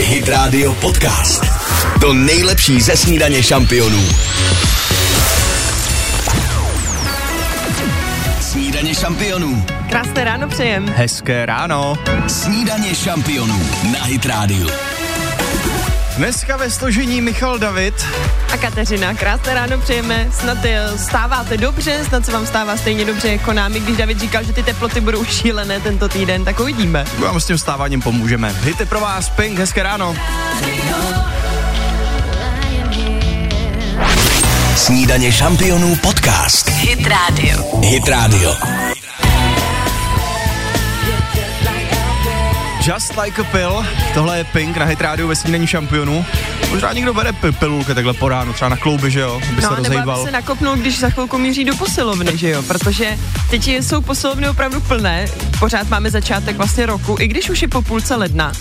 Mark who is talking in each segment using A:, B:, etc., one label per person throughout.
A: Hit Radio Podcast. To nejlepší ze snídaně šampionů. Snídaně šampionů.
B: Krásné ráno přejem.
C: Hezké ráno.
A: Snídaně šampionů na Hit Radio.
C: Dneska ve složení Michal David.
B: A Kateřina, krásné ráno přejeme. Snad eh, stáváte dobře, snad se vám stává stejně dobře jako nám. I když David říkal, že ty teploty budou šílené tento týden, tak uvidíme.
C: Vám No s tím vstáváním pomůžeme. Hity pro vás, Pink, hezké ráno.
A: Snídaně šampionů podcast.
D: Hit Radio.
A: Hit Radio.
C: Just like a pill, tohle je Pink na Hit rádiu ve snídaní šampionů. Možná někdo bere p- pilulky takhle po ránu, třeba na klouby, že jo, aby se
B: no, nebo
C: rozhejbal.
B: aby se nakopnul, když za chvilku míří do posilovny, že jo? Protože teď je- jsou posilovny opravdu plné, pořád máme začátek vlastně roku, i když už je po půlce ledna.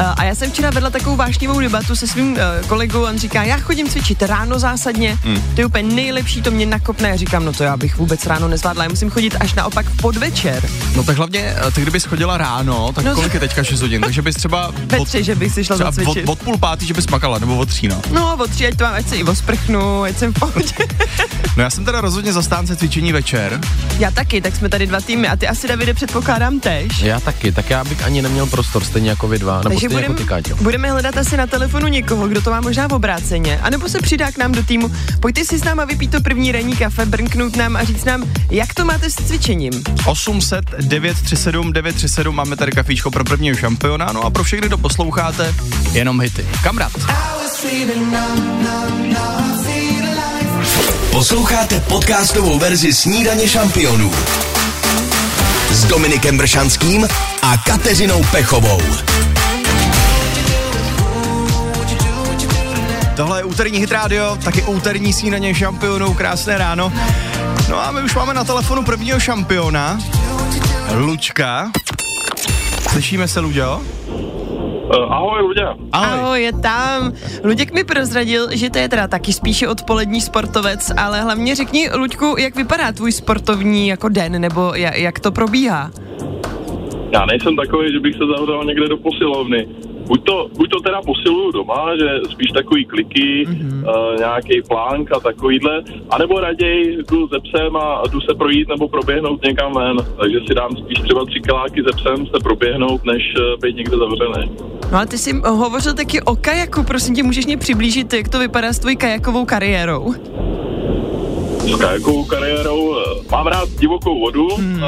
B: Eh, A já jsem včera vedla takovou vášnivou debatu se svým eh, kolegou, on říká, já chodím cvičit ráno zásadně,
C: Hmm.
B: to je úplně nejlepší, to mě nakopne. Já říkám, no to já bych vůbec ráno nezvládla, já musím chodit až naopak v podvečer.
C: No tak hlavně, eh, ty kdybys chodila ráno, tak
B: No,
C: kolik je teďka 6 hodin, takže bys třeba
B: Ve tři, že bych si šla
C: třeba od,
B: zacvičit.
C: od, půl pátý, že bys makala, nebo od tří, no.
B: No, od tří, ať to mám, ať se i osprchnu, ať jsem v pohodě.
C: No já jsem teda rozhodně zastánce cvičení večer.
B: já taky, tak jsme tady dva týmy a ty asi, Davide, předpokládám tež.
E: Já taky, tak já bych ani neměl prostor, stejně jako vy dva, nebo
B: Takže
E: stejně
B: budem,
E: jako ty, Káťo.
B: budeme hledat asi na telefonu někoho, kdo to má možná v obráceně. A nebo se přidá k nám do týmu. Pojďte si s náma vypít to první ranní kafe, brnknout nám a říct nám, jak to máte s cvičením.
C: 800 937 937 máme tady kafíčko pro prvního šampiona, no a pro všechny, kdo posloucháte, jenom hity. Kamrat.
A: Posloucháte podcastovou verzi Snídaně šampionů s Dominikem Bršanským a Kateřinou Pechovou.
C: Tohle je úterní hit radio, taky úterní snídaně šampionů, krásné ráno. No a my už máme na telefonu prvního šampiona, Lučka. Slyšíme se, Luďo?
F: Eh, Ahoj, Luďa.
B: Ahoj, je tam. Luděk mi prozradil, že to je teda taky spíše odpolední sportovec, ale hlavně řekni, Luďku, jak vypadá tvůj sportovní jako den, nebo ja- jak to probíhá?
F: Já nejsem takový, že bych se zavřel někde do posilovny. Buď to, buď to teda posiluju doma, že spíš takový kliky, mm-hmm. uh, nějaký plánk a takovýhle, anebo raději jdu ze psem a jdu se projít nebo proběhnout někam ven. Takže si dám spíš třeba tři kiláky ze psem se proběhnout, než eh, být někde zavřený.
B: No a ty jsi hovořil taky o kajaku, prosím tě, můžeš mě přiblížit, jak to vypadá s tvojí kajakovou kariérou?
F: s kajakovou kariérou. eh, Mám rád divokou vodu mm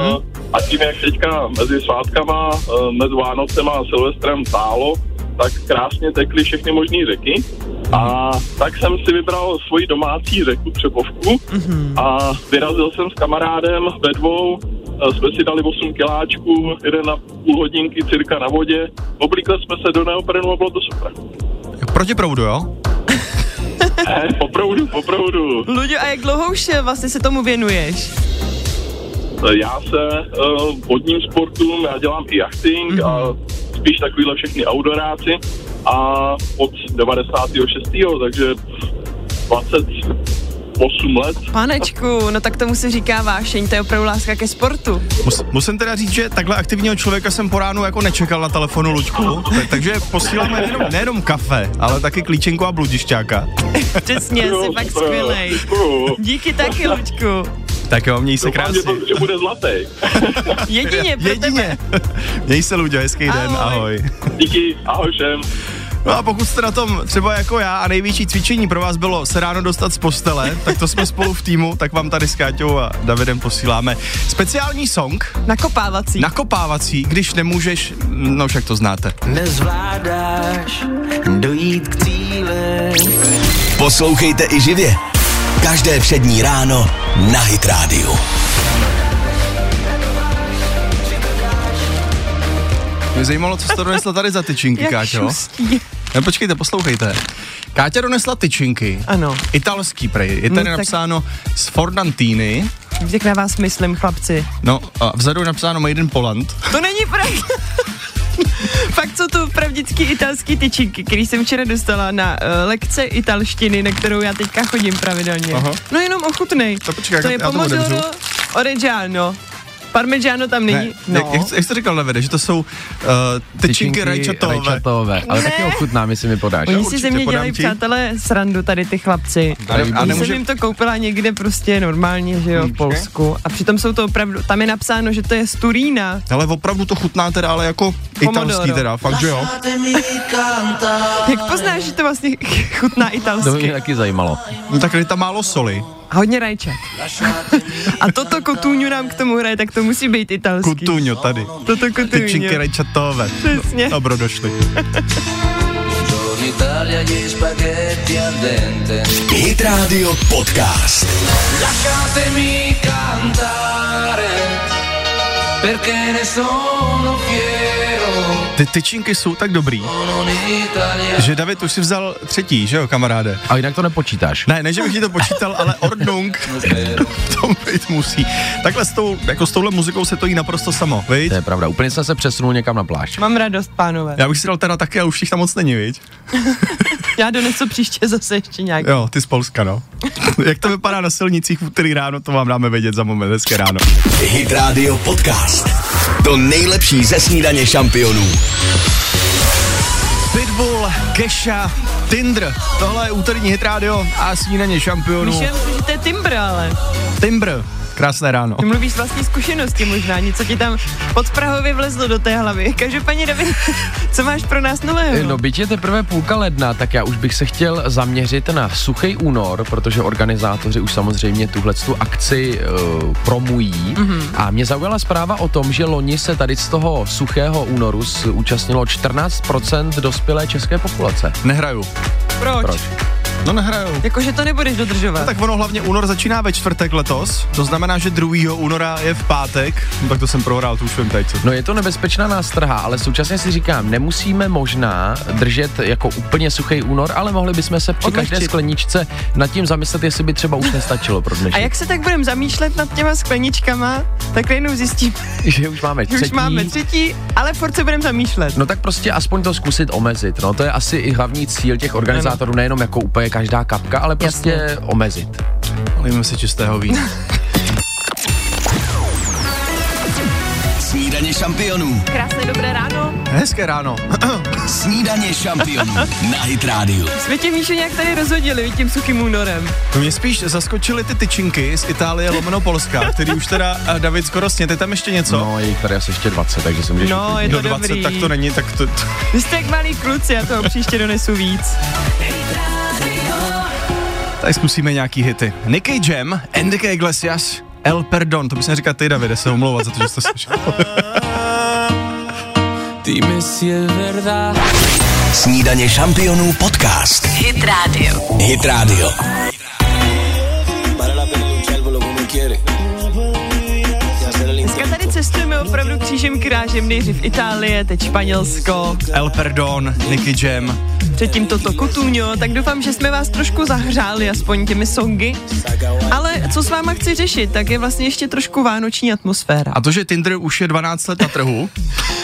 F: a tím, jak teďka mezi svátkama, eh, mezi Vánocema a Silvestrem tálo, tak krásně tekly všechny možné řeky. A tak jsem si vybral svoji domácí řeku Třebovku a vyrazil jsem s kamarádem ve dvou eh, jsme si dali 8 kiláčků, jeden na půl hodinky cirka na vodě, oblíkli jsme se do neoprenu a bylo to super.
C: Proti proudu, jo?
F: Ne, poproudu, poproudu.
B: Luďo, a jak dlouho už eh, vlastně se tomu věnuješ?
F: Eh, Já se uh, vodním sportům, já dělám i jachting mm-hmm. a spíš takovýhle všechny outdooráci a od 96. takže 28 let.
B: Panečku, no tak tomu se říká vášeň, to je opravdu láska ke sportu.
C: Mus, musím teda říct, že takhle aktivního člověka jsem po ránu jako nečekal na telefonu, Luďku. Tak, takže posíláme nejenom, nejenom kafe, ale taky klíčenku a bludišťáka.
B: Přesně, jsi
F: Jo,
B: fakt
F: super.
B: skvělej.
F: Děkuju.
B: Díky taky, Luďku.
C: Tak jo, měj se
F: Doufám,
C: krásně.
F: že, to, že bude zlatý.
B: Jedině pro tebe.
C: Jedině. Měj se, Luďo, hezký den,
B: Ahoj.
C: ahoj.
F: Díky, ahoj všem.
C: No a pokud jste na tom třeba jako já a největší cvičení pro vás bylo se ráno dostat z postele, tak to jsme spolu v týmu, tak vám tady s Káťou a Davidem posíláme speciální song,
B: Nakopávací.
C: nakopávací, když nemůžeš, no však to znáte.
G: Nezvládáš dojít k cíli.
A: Poslouchejte i živě. Každé přední ráno na Hit Radio.
C: Mě zajímalo, co jste donesla tady za tyčinky,
B: Jak
C: Káťo.
B: šustí.
C: No počkejte, poslouchejte. Káťa donesla tyčinky.
B: Ano.
C: Italský prej. Je
B: No,
C: tady
B: tak-
C: napsáno z Fornantini.
B: Jak na vás myslím, chlapci.
C: No a vzadu je napsáno Maiden Poland.
B: To není pravda. Fakt jsou to pravdicky italský tyčinky, který jsem včera dostala na uh, lekce italštiny, na kterou já teďka chodím pravidelně.
C: Aha.
B: No jenom ochutnej.
C: To počkej,
B: to
C: já-
B: je
C: já to otevřu.
B: pomodoro oreggiano. Parmigiano tam
C: Ne,
B: není.
C: no.
B: no.
C: jak, jak jsi říkal, Davide, že to jsou uh, tyčinky rajčatové.
E: rajčatové. Ale
B: Ne.
E: taky ochutnám, jestli mi podáš.
B: Oni si
C: určitě,
B: ze mě
C: podám
B: dělají,
C: ti.
B: přátelé, srandu tady ty chlapci.
C: A, ne, a
B: Já
C: nemůže,
B: jsem jim to koupila někde prostě normálně, že jo, v Polsku. A přitom jsou to opravdu, tam je napsáno, že to je z Turína.
C: ale opravdu to chutná teda, ale jako
B: Pomodoro.
C: italský teda, fakt, že jo.
B: Jak poznáš, že to vlastně chutná
E: To by mě
B: italsky?
E: taky zajímalo.
C: No, tak je tam málo soli.
B: Hodně rajčat. A toto kotůňu nám k tomu hraje, tak to musí být italský.
C: Kutuňo tady.
B: Toto kotůňu.
C: Tyčinky rajčatové. No,
B: Přesně.
C: Dobro, došli.
G: Buongiorno Italia, gli spaghetti al dente.
A: Hit Radio Podcast.
G: Lasciatemi cantare, perché ne sono fiero.
C: Ty tyčinky jsou tak dobrý,
G: Sono un italiano.
C: že David už si vzal třetí, že jo, kamaráde?
E: A jinak to nepočítáš.
C: Ne, ne, že bych ti to počítal, ale Ordnung v tom být musí. Takhle s, tou, jako s touhle muzikou se to jí naprosto samo, viď?
E: To je pravda. Úplně jsem se přesunul někam na pláž.
B: Mám radost, pánové.
C: Já bych si dal teda taky, ale už jich tam moc není, viď?
B: Já donesu příště zase ještě nějak.
C: Jo, ty z Polska, no. Jak to vypadá na silnicích v úterý ráno, to vám dáme vědět za moment, hezké ráno.
A: Hit Radio Podcast. To nejlepší ze snídaně šampionů.
C: Pitbull, Kesha, Tinder. Tohle je úterní hit rádio a snídaně šampionů.
B: Myšel, že to je Timbr, ale
C: Timber. Krásné ráno.
B: ty mluvíš z vlastní zkušenosti možná, něco ti tam pod Prahově vlezlo do té hlavy. Každopádně, David, co máš pro nás nového?
E: No, byť je teprve půlka ledna, tak já už bych se chtěl zaměřit na suchý únor, protože organizátoři už samozřejmě tuhle tu akci uh, promují. Mm-hmm.
B: Mhm.
E: A mě zaujala zpráva o tom, že loni se tady z toho suchého únoru s- účastnilo 14% dospělé české populace.
C: Nehraju.
B: Proč?
E: Proč? No
C: No nehraju.
B: Jakože to nebudeš dodržovat.
C: Tak ono hlavně únor začíná ve čtvrtek letos, to znamená, že 2. února je v pátek, no, tak to jsem prohrál, to už vím teď. Co.
E: No je to nebezpečná nástraha, ale současně si říkám, nemusíme možná držet jako úplně suchý únor, ale mohli bychom se při
B: Odlehčit.
E: každé skleničce nad tím zamyslet, jestli by třeba už nestačilo pro dnešek.
B: A jak se tak budeme zamýšlet nad těma skleničkama, tak najednou zjistíme,
E: Že už máme
B: že
E: třetí.
B: už máme třetí, ale furt se budeme zamýšlet.
E: No tak prostě aspoň to zkusit omezit. No to je asi i hlavní cíl těch organizátorů, nejenom jako úplně každá kapka, ale prostě Jasně. omezit.
C: Nalijeme si čistého vína.
A: Snídaně šampionů.
B: Krásné dobré ráno.
C: Hezké ráno.
A: Snídaně šampionů na Hit Radio.
B: Jsme tě Míšo nějak tady rozhodili víš, tím suchým únorem.
C: No mě spíš zaskočily ty tyčinky z Itálie lomeno Polska, který už teda eh, David skoro sněte tam ještě něco.
E: No, je jich tady asi ještě 20, takže jsem můžeš
B: No, je
C: Do
B: to
C: 20,
B: dobrý.
C: tak to není, tak to, to,
B: Vy jste jak malí kluci, já toho příště donesu víc.
C: Tak zkusíme nějaký hity. Nicky Jam, Enrique Iglesias, El Perdon, to bys měl říkat ty, Davide, se omlouvat za to, že jste slyšel.
G: Dime si es verdad.
A: Snídaně šampionů podcast. Hit Radio. Hit Radio.
B: Dneska tady cestujeme opravdu křížem krážem, nejdřív Itálie, teď Španělsko,
C: El Perdon, Nicky Jam.
B: předtím toto Kutůňo, tak doufám, že jsme vás trošku zahřáli aspoň těmi songy. Ale co s váma chci řešit, tak je vlastně ještě trošku vánoční atmosféra.
C: A to, že Tinder už je 12 let na trhu,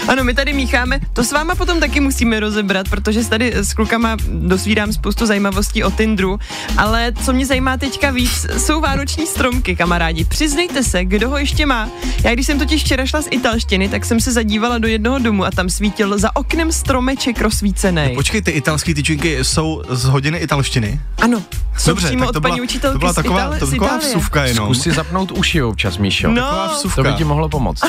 B: Ano, my tady mícháme, to s váma potom taky musíme rozebrat, protože se tady s klukama dosvídám spoustu zajímavostí o Tindru, ale co mě zajímá teďka víc, jsou vánoční stromky, kamarádi. Přiznejte se, kdo ho ještě má. Já když jsem totiž včera šla z italštiny, tak jsem se zadívala do jednoho domu a tam svítil za oknem stromeček rozsvícený.
C: počkej, ty italské tyčinky jsou z hodiny italštiny.
B: Ano, jsou Dobře, přímo
C: tak
B: od
C: to
B: paní
C: byla,
B: učitelky
C: to byla
B: z
C: taková,
B: Itali-
C: to
B: z
C: taková
B: Itálie.
C: vsuvka jenom.
E: Zkus si zapnout uši občas, Míšo.
C: Taková
B: No,
C: vsuvka.
E: To by ti mohlo pomoct.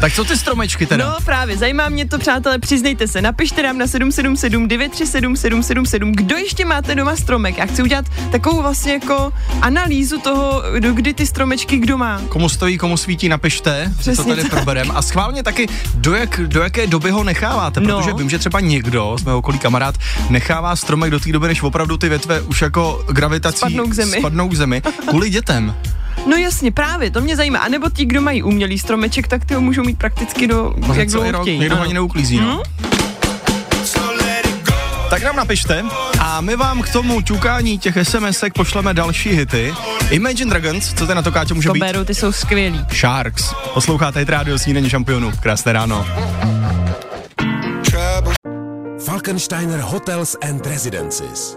C: Tak co ty stromečky teda?
B: No právě, zajímá mě to, přátelé, přiznejte se, napište nám na 777 937 777, kdo ještě máte doma stromek. Já chci udělat takovou vlastně jako analýzu toho, do kdy ty stromečky kdo má.
C: komu stojí, komu svítí, napište, že to
B: Přesně
C: tady
B: tak.
C: proberem. A schválně taky, do, jak, do jaké doby ho necháváte,
B: No.
C: protože vím, že třeba někdo z mého okolí kamarád nechává stromek do té doby, než opravdu ty větve už jako gravitací
B: Spadnou k zemi.
C: spadnou k zemi kvůli dětem.
B: No jasně, právě, to mě zajímá. A nebo ti, kdo mají umělý stromeček, tak ty ho můžou mít prakticky do,
C: Možná
B: jak
C: celý
B: dlouho
C: rok,
B: chtějí.
C: někdo ho
B: Ano. Mhm.
C: ani neuklízí. No. Tak nám napište a my vám k tomu ťukání těch SMSek pošleme další hity. Imagine Dragons, co to na to Káťo může
B: To
C: být?
B: beru, ty jsou skvělí.
C: Sharks. Posloucháte Hit rádio snídaní šampionů. Krásné ráno.
D: Falkensteiner Hotels and Residences.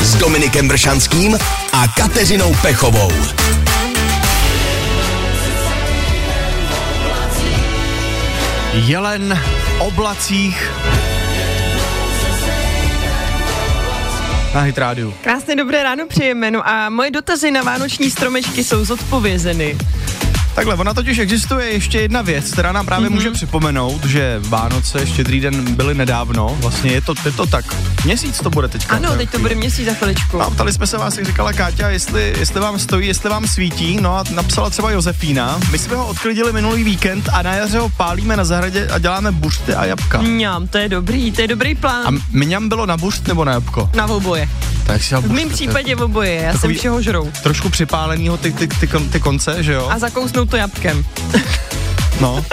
A: s Dominikem Bršanským a Kateřinou Pechovou.
C: Jelen v oblacích. Na Hit Radio.
B: Krásné dobré ráno přejeme, no a moje dotazy na vánoční stromečky jsou zodpovězeny.
C: Takhle, ona totiž existuje ještě jedna věc, která nám právě mm-hmm. může připomenout, že Vánoce, Štědrý den byly nedávno, vlastně je to, je to tak, měsíc to bude teďka.
B: Ano, teď to bude měsíc za chviličku.
C: No, a ptali jsme se vás, jak říkala Káťa, jestli, jestli vám stojí, jestli vám svítí, no a napsala třeba Josefína. My jsme ho odklidili minulý víkend a na jaře ho pálíme na zahradě a děláme buřty a jabka.
B: Mňam, to je dobrý, to je dobrý plán.
C: A mňam bylo na buřt nebo na jabko?
B: Na oboje.
C: Tak si dal
B: V
C: buřty,
B: mém
C: to je
B: případě oboje, já
C: Takový-
B: jsem všeho žrou.
C: Trošku připálenýho ty, ty, ty, kon- ty konce, že jo?
B: A zakousnout to jabkem.
C: No,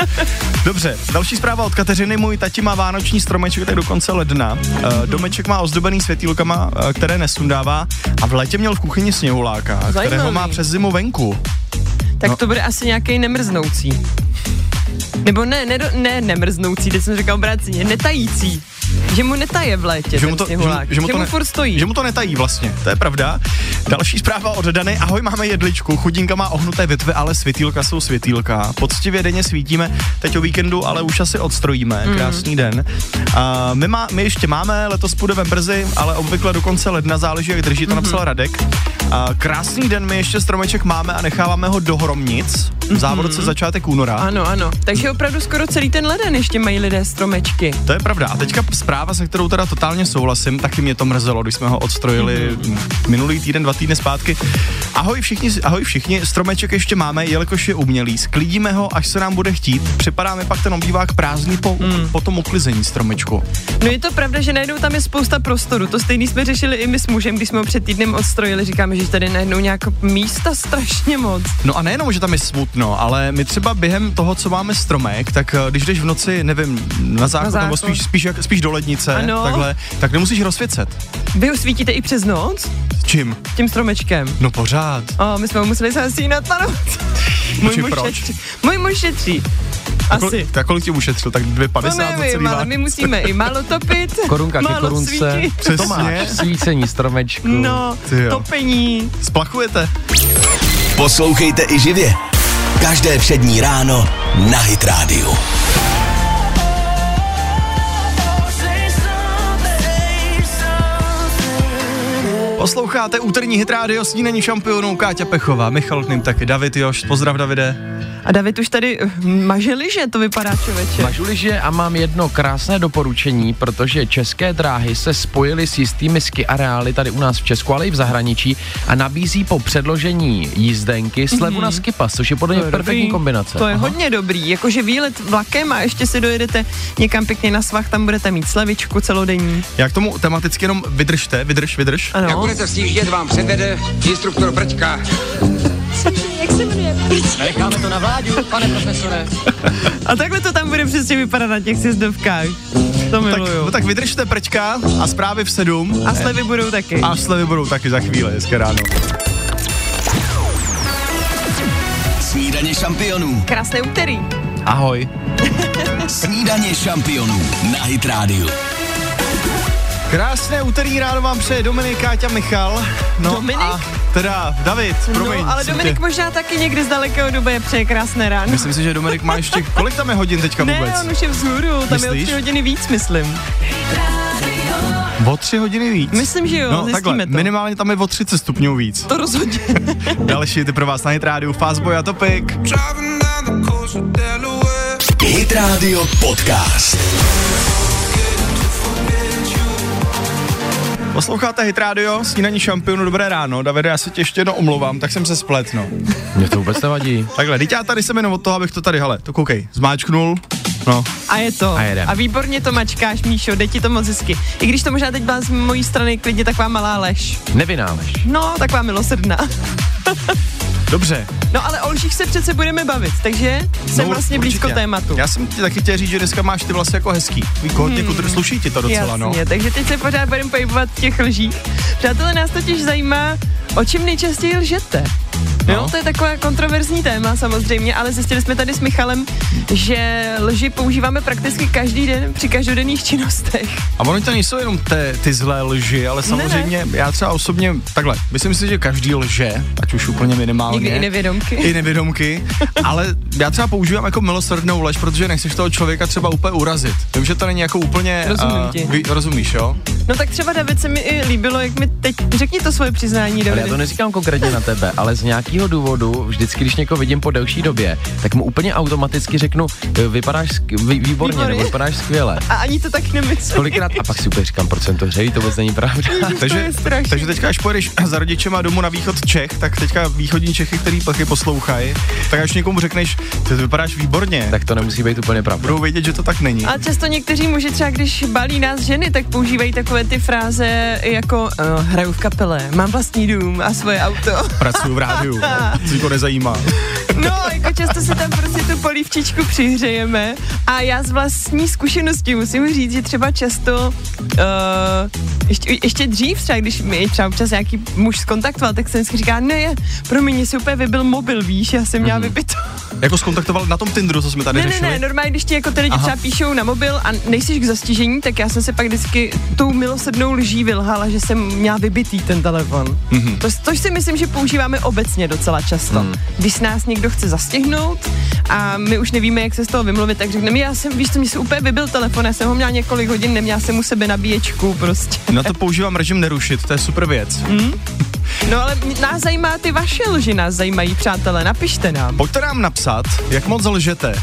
C: dobře. Další zpráva od Kateřiny. Můj tati má vánoční stromeček tak do konce ledna. Eh, Domeček má ozdobený světýlkama, eh, které nesundává a v létě měl v kuchyni sněhuláka,
B: Zajímavý.
C: kterého má přes zimu venku.
B: Tak
C: No.
B: no. to bude asi nějaký nemrznoucí. Nebo ne, ne, ne, nemrznoucí, teď jsem říkal obráceně, netající. Že mu netaje v létě ten sněhulák, že mu,
C: ne-
B: furt stojí.
C: Že mu to netají vlastně, to je pravda. Další zpráva od Dany. Ahoj, máme jedličku. Chudinka má ohnuté větve, ale světýlka jsou světýlka. Poctivě denně svítíme, teď o víkendu, ale už asi odstrojíme.
B: Mhm.
C: Krásný den. A my, má, my ještě máme, letos půjdeme brzy, ale obvykle do konce ledna záleží, jak drží, to
B: Mhm.
C: napsal Radek. A krásný den, my ještě stromeček máme a necháváme ho do hromnic. V
B: Mhm.
C: závodce začátek února.
B: Ano, ano. Takže opravdu skoro celý ten leden ještě mají lidé stromečky.
C: To je pravda. A teďka zpráva, se kterou teda totálně souhlasím, taky mě to mrzelo, když jsme ho odstrojili
B: Mhm.
C: minulý týden, dva týdny zpátky. Ahoj všichni, ahoj všichni, stromeček ještě máme, jelikož je umělý. Sklidíme ho, až se nám bude chtít. Připadá mi pak ten obývák prázdný po,
B: Mhm.
C: po tom uklizení stromečku.
B: No je to pravda, že najednou tam je spousta prostoru. To stejný jsme řešili i my s mužem, když jsme ho před týdnem odstrojili. Říkáme, že tady najednou nějak místa strašně moc.
C: No a nejenom, že tam je smutno, ale my třeba během toho, co máme stromek, tak eh, když jdeš v noci, nevím, na záchod, na
B: Na
C: nebo
B: záchod.
C: spíš, spíš, jak, spíš do lednice,
B: Ano.
C: takhle, tak nemusíš rozsvěcet.
B: Vy ho svítíte i přes noc
C: Čím?
B: tím stromečkem.
C: No pořád.
B: A my jsme ho museli zasínat na noc.
C: Počkej, proč? Jako
B: šetří. Můj muž šetří.
C: Kol-
B: Asi.
C: Tak kolik ti ušetřil? Tak
B: To
C: 2,50 za celý
B: nevím, ale
C: vák.
B: my musíme i málo topit,
E: Korunka ke
B: málo
E: korunce.
B: svítit.
C: Přesně.
E: To máš, svícení stromečku.
B: No,
C: Ty jo.
B: topení.
C: Splachujete?
A: Poslouchejte i živě. Každé přední ráno na Hit Radio.
C: Posloucháte úterní hit rádio snídaní šampionů Káťa Pechová, Michal Knym, taky David Još, pozdrav Davide.
B: A David už tady eh, maže liže, to vypadá člověče.
E: Mažu liže a mám jedno krásné doporučení, protože české dráhy se spojily s jistými ski areály tady u nás v Česku, ale i v zahraničí a nabízí po předložení jízdenky slevu na skipas, což je podle mě
B: Mhm. To je
E: perfektní
B: dobrý.
E: kombinace.
B: To je
E: Aha.
B: hodně dobrý, jakože výlet vlakem a ještě si dojedete někam pěkně na svah, tam budete mít slevičku celodenní.
C: Já k tomu tematicky jenom vydržte, vydrž, vydrž.
B: Ano.
H: Jak budete sjíždět, vám předvede instruktor Brčka.
B: A takhle to tam bude přesně vypadat na těch sjezdovkách. To
C: Tak,
B: miluju.
C: no tak vydržte prčka a zprávy v sedm
B: A slevy budou taky.
C: a slevy budou taky za chvíli, hezké ráno.
A: Snídaně šampionů.
B: Krásné úterý.
E: Ahoj.
A: Snídaně šampionů na Hit Radio.
C: Krásné úterý ráno vám přeje Dominik, Káťa, Michal. No
B: Dominik?
C: A teda David, promiň.
B: no, ale
C: jsem
B: Dominik
C: tě-
B: možná taky někdy z dalekého doby přeje krásné ráno.
C: Myslím si, že Dominik má ještě, kolik tam je hodin teďka vůbec?
B: Ne, on už je vzhůru, tam je o
C: Myslíš?
B: tři hodiny víc, myslím.
C: O tři hodiny víc.
B: Myslím, že jo,
C: no,
B: zjistíme
C: takhle,
B: to.
C: minimálně tam je o 30 stupňů víc.
B: To rozhodně.
C: Další ty pro vás na Hit rádiu Fastboy a Topik.
A: Hit Radio Podcast.
C: Posloucháte Hit Radio, snídaní šampionu, dobré ráno. Davide, já se tě ještě jednou omlouvám, tak jsem se splet, no.
E: Mě to vůbec nevadí.
C: Takhle, teď já tady jsem jenom od toho, abych to tady, hele, to koukej, zmáčknul, no.
B: A je to.
E: A jedem.
B: a výborně to mačkáš, Míšo, jde ti to moc hezky. I když to možná teď byla z mojí strany klidně taková malá lež.
E: Nevynáleš.
B: No, taková milosrdná.
C: Dobře, no,
B: No ale o lžích se přece budeme bavit, takže jsem vlastně blízko tématu. Hmm.
C: Já jsem ti taky chtěl říct, že dneska máš ty vlasy jako hezký. Víš, hodně kutr, sluší ti to docela, no.
B: Jasně, takže teď se pořád budeme pohybovat v těch lžích. Přátelé, nás totiž zajímá, o čem nejčastěji lžete. No,
C: No.
B: to je takové kontroverzní téma samozřejmě, ale zjistili jsme tady s Michalem, že lži používáme prakticky každý den při každodenních činnostech.
C: A ono to nejsou jenom te, ty zlé lži, ale samozřejmě ne, ne. já třeba osobně takhle, myslím si, že každý lže, ať už úplně minimálně.
B: Někdy i nevědomky.
C: I nevědomky, ale já třeba používám jako milosrdnou lež, protože nechceš toho člověka třeba úplně urazit. Vím, že to není jako úplně...
B: Rozumím
C: a,
B: ti.
C: Vy, rozumíš, jo?
B: No tak třeba David se mi i líbilo, jak mi teď, řekni to svoje přiznání,
E: Ale já
B: David.
E: to neříkám konkrétně na tebe, ale z nějakého důvodu, vždycky, když někoho vidím po delší době, tak mu úplně automaticky řeknu, "Eh, vypadáš sk- vy, výborně,
B: Výborně.
E: nebo vypadáš skvěle.
B: A ani to tak nemyslím.
E: Kolikrát a pak si úplně říkám, proč jsem to hřeji, to vůbec není pravda.
B: Ježiš, to je strašný.
C: takže teďka, až pojedeš za rodičema domů na východ Čech, tak teďka východní Čechy, který taky poslouchají, tak až někomu řekneš, ty vypadáš výborně, tak
E: Tak to nemusí být úplně pravda.
C: budou vědět, že to tak není.
B: A často někteří muži třeba, když balí nás ženy, tak používají takové ty fráze jako uh, hraju v kapele, mám vlastní dům a svoje auto.
C: Pracuju v rádiu, co nikoho nezajímá.
B: No, jako často si tam prostě tu polívčičku přihřejeme. A já z vlastní zkušenosti musím říct, že třeba často, uh, ještě, ještě dřív třeba, když mi třeba občas nějaký muž skontaktoval, tak jsem si říká, ne, promiň, mě si úplně vybil mobil, víš, já jsem měla vybito.
C: Jako skontaktoval na tom Tinderu, co jsme tady
B: Ne, ne,
C: řešili.
B: ne, normálně, když ti jako ty lidi
C: Aha.
B: třeba píšou na mobil a nejsi k zastižení, tak já jsem se pak vždycky tou milosrdnou lží vylhala, že jsem měla vybitý ten telefon. Mm-hmm. To, tož si myslím, že používáme obecně docela často. Mm. Když nás někdo chce zastihnout a my už nevíme, jak se z toho vymluvit, tak řekneme, já jsem, víš, co mě se úplně vybil telefon, já jsem ho měla několik hodin, neměla jsem u sebe nabíječku prostě.
C: Na to používám režim nerušit, to je super věc.
B: Mm. No ale mě- nás zajímá ty vaše lži, nás zajímají, přátelé, napište nám.
C: Pojďte nám napsat, jak moc lžete.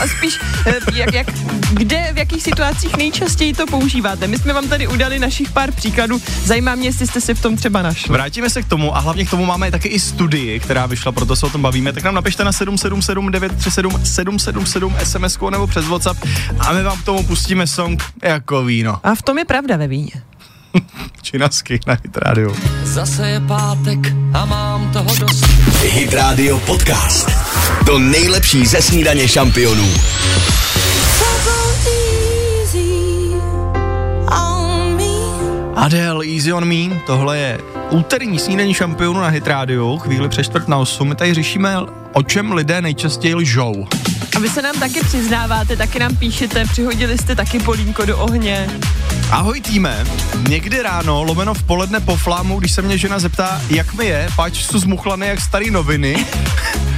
B: A spíš, eh, jak, jak, kde, v jakých situacích nejčastěji to používáte. My jsme vám tady udali našich pár příkladů. Zajímá mě, jestli jste si v tom třeba našli.
C: Vrátíme se k tomu a hlavně k tomu máme taky i studii, která vyšla, proto se o tom bavíme. Tak nám napište na 777 937 777 sms nebo přes WhatsApp a my vám k tomu pustíme song jako víno.
B: A v tom je pravda ve víně.
C: Činasky na Hit Radio.
G: Zase je pátek a mám toho dost.
A: Hit Radio Podcast. To nejlepší ze snídaně šampionů.
C: Adele, Easy on Me, tohle je úterní snídaní šampionu na Hit Radio, chvíli přes čtvrt na 8. My tady řešíme, o čem lidé nejčastěji lžou.
B: A vy se nám taky přiznáváte, taky nám píšete, přihodili jste taky polínko do ohně.
C: Ahoj týme, někdy ráno, lomeno v poledne po flámu, když se mě žena zeptá, jak mi je, páč jsou zmuchlaný jak starý noviny.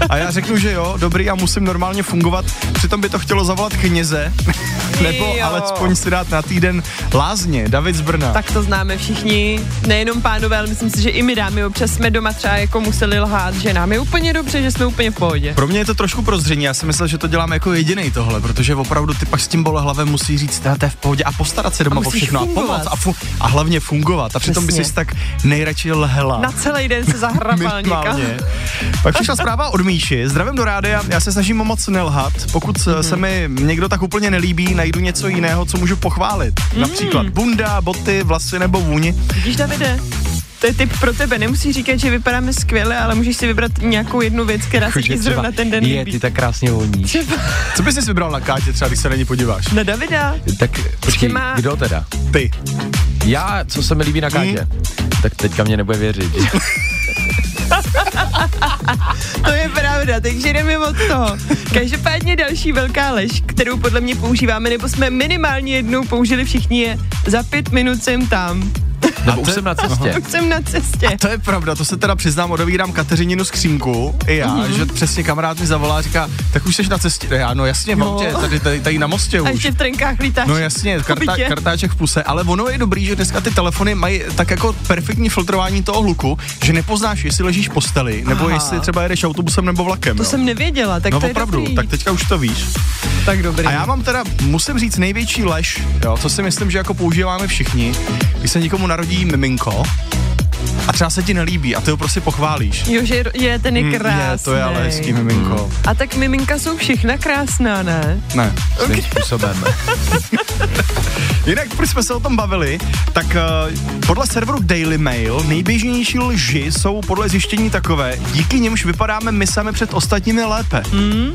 C: A já řeknu, že jo, dobrý, já musím normálně fungovat. Přitom by to chtělo zavolat kněze, nebo
B: Jo.
C: alespoň si dát na týden lázně, David z Brna. Tak.
B: Tak to známe všichni, nejenom pánové, ale myslím si, že i my dámy občas jsme doma třeba jako museli lhát, že nám je úplně dobře, že jsme úplně v pohodě.
C: Pro mě je to trošku prozření, já jsem myslel, že to dělám jako jediný tohle, protože opravdu ty pak s tím hlavem musí říct, "Hele, to je v pohodě a postarat se doma o
B: musíš
C: všechno a
B: fungovat.
C: pomoct a, fu- a hlavně fungovat. A přitom by
B: Přesně.
C: si tak nejradši lhela.
B: Na celý den se zahrabal někam.
C: Minimálně. Pak přišla zpráva od Míši. Zdravím do rádia, já se snažím moc nelhat. Pokud
B: Mhm.
C: mm-hmm. se mi někdo tak úplně nelíbí, najdu něco jiného, co můžu pochválit.
B: Mhm.
C: Mm. Například bunda, boty, vlasy nebo vůni.
B: Vidíš, Davide, to je tip pro tebe. Nemusíš říkat, že vypadáme skvěle, ale můžeš si vybrat nějakou jednu věc, která
C: Jako,
B: se ti zrovna ten den
E: je,
B: líbí.
E: ty tak krásně voníš.
C: Co bys si vybral na Kátě třeba, když se na ní podíváš?
B: Na No, Davida.
E: Tak počkej,
B: má-
E: kdo teda?
C: Ty.
E: Já, co se mi líbí na Kátě?
B: Hmm.
E: Tak teďka mě nebude věřit.
B: To je pravda, takže jdeme od toho. Každopádně další velká lež, kterou podle mě používáme, nebo jsme minimálně jednou použili všichni, je za pět minut jsem tam.
E: Nebo už jsem na cestě.
B: Už jsem na cestě.
C: To je pravda, to se teda přiznám, odevírám Kateřininu skřínku, i já,
B: Mhm.
C: mm-hmm. že přesně kamarád mi zavolá a říká, tak už jsi na cestě. Ne, já, no jasně, v
B: No.
C: autě, tady, tady, tady na mostě
B: A
C: už.
B: ještě v trenkách lítáš.
C: No jasně,
B: v
C: karta,
B: kobytě.
C: kartáček v puse, ale ono je dobrý, že dneska ty telefony mají tak jako perfektní filtrování toho hluku, že nepoznáš, jestli ležíš v posteli, nebo
B: Aha.
C: jestli třeba jedeš autobusem nebo vlakem.
B: To
C: jo.
B: jsem nevěděla, tak
C: No
B: to je
C: opravdu,
B: dobrý.
C: tak teďka už to víš.
B: tak dobrý.
C: A já mám teda, musím říct, největší lež, jo, co si myslím, že jako používáme všichni, když se někomu narodí miminko, a třeba se ti nelíbí a ty ho prostě pochválíš.
B: Jo, že je- je, ten
C: Mm,
B: je krásný.
C: Je, to je ale hezký miminko.
B: A tak miminka jsou všechna krásná, ne?
C: Ne.
E: svým způsobem.
C: Jinak, proč jsme se o tom bavili, tak uh, podle serveru Daily Mail nejběžnější lži jsou podle zjištění takové, díky nimž vypadáme my sami před ostatními lépe. Mm.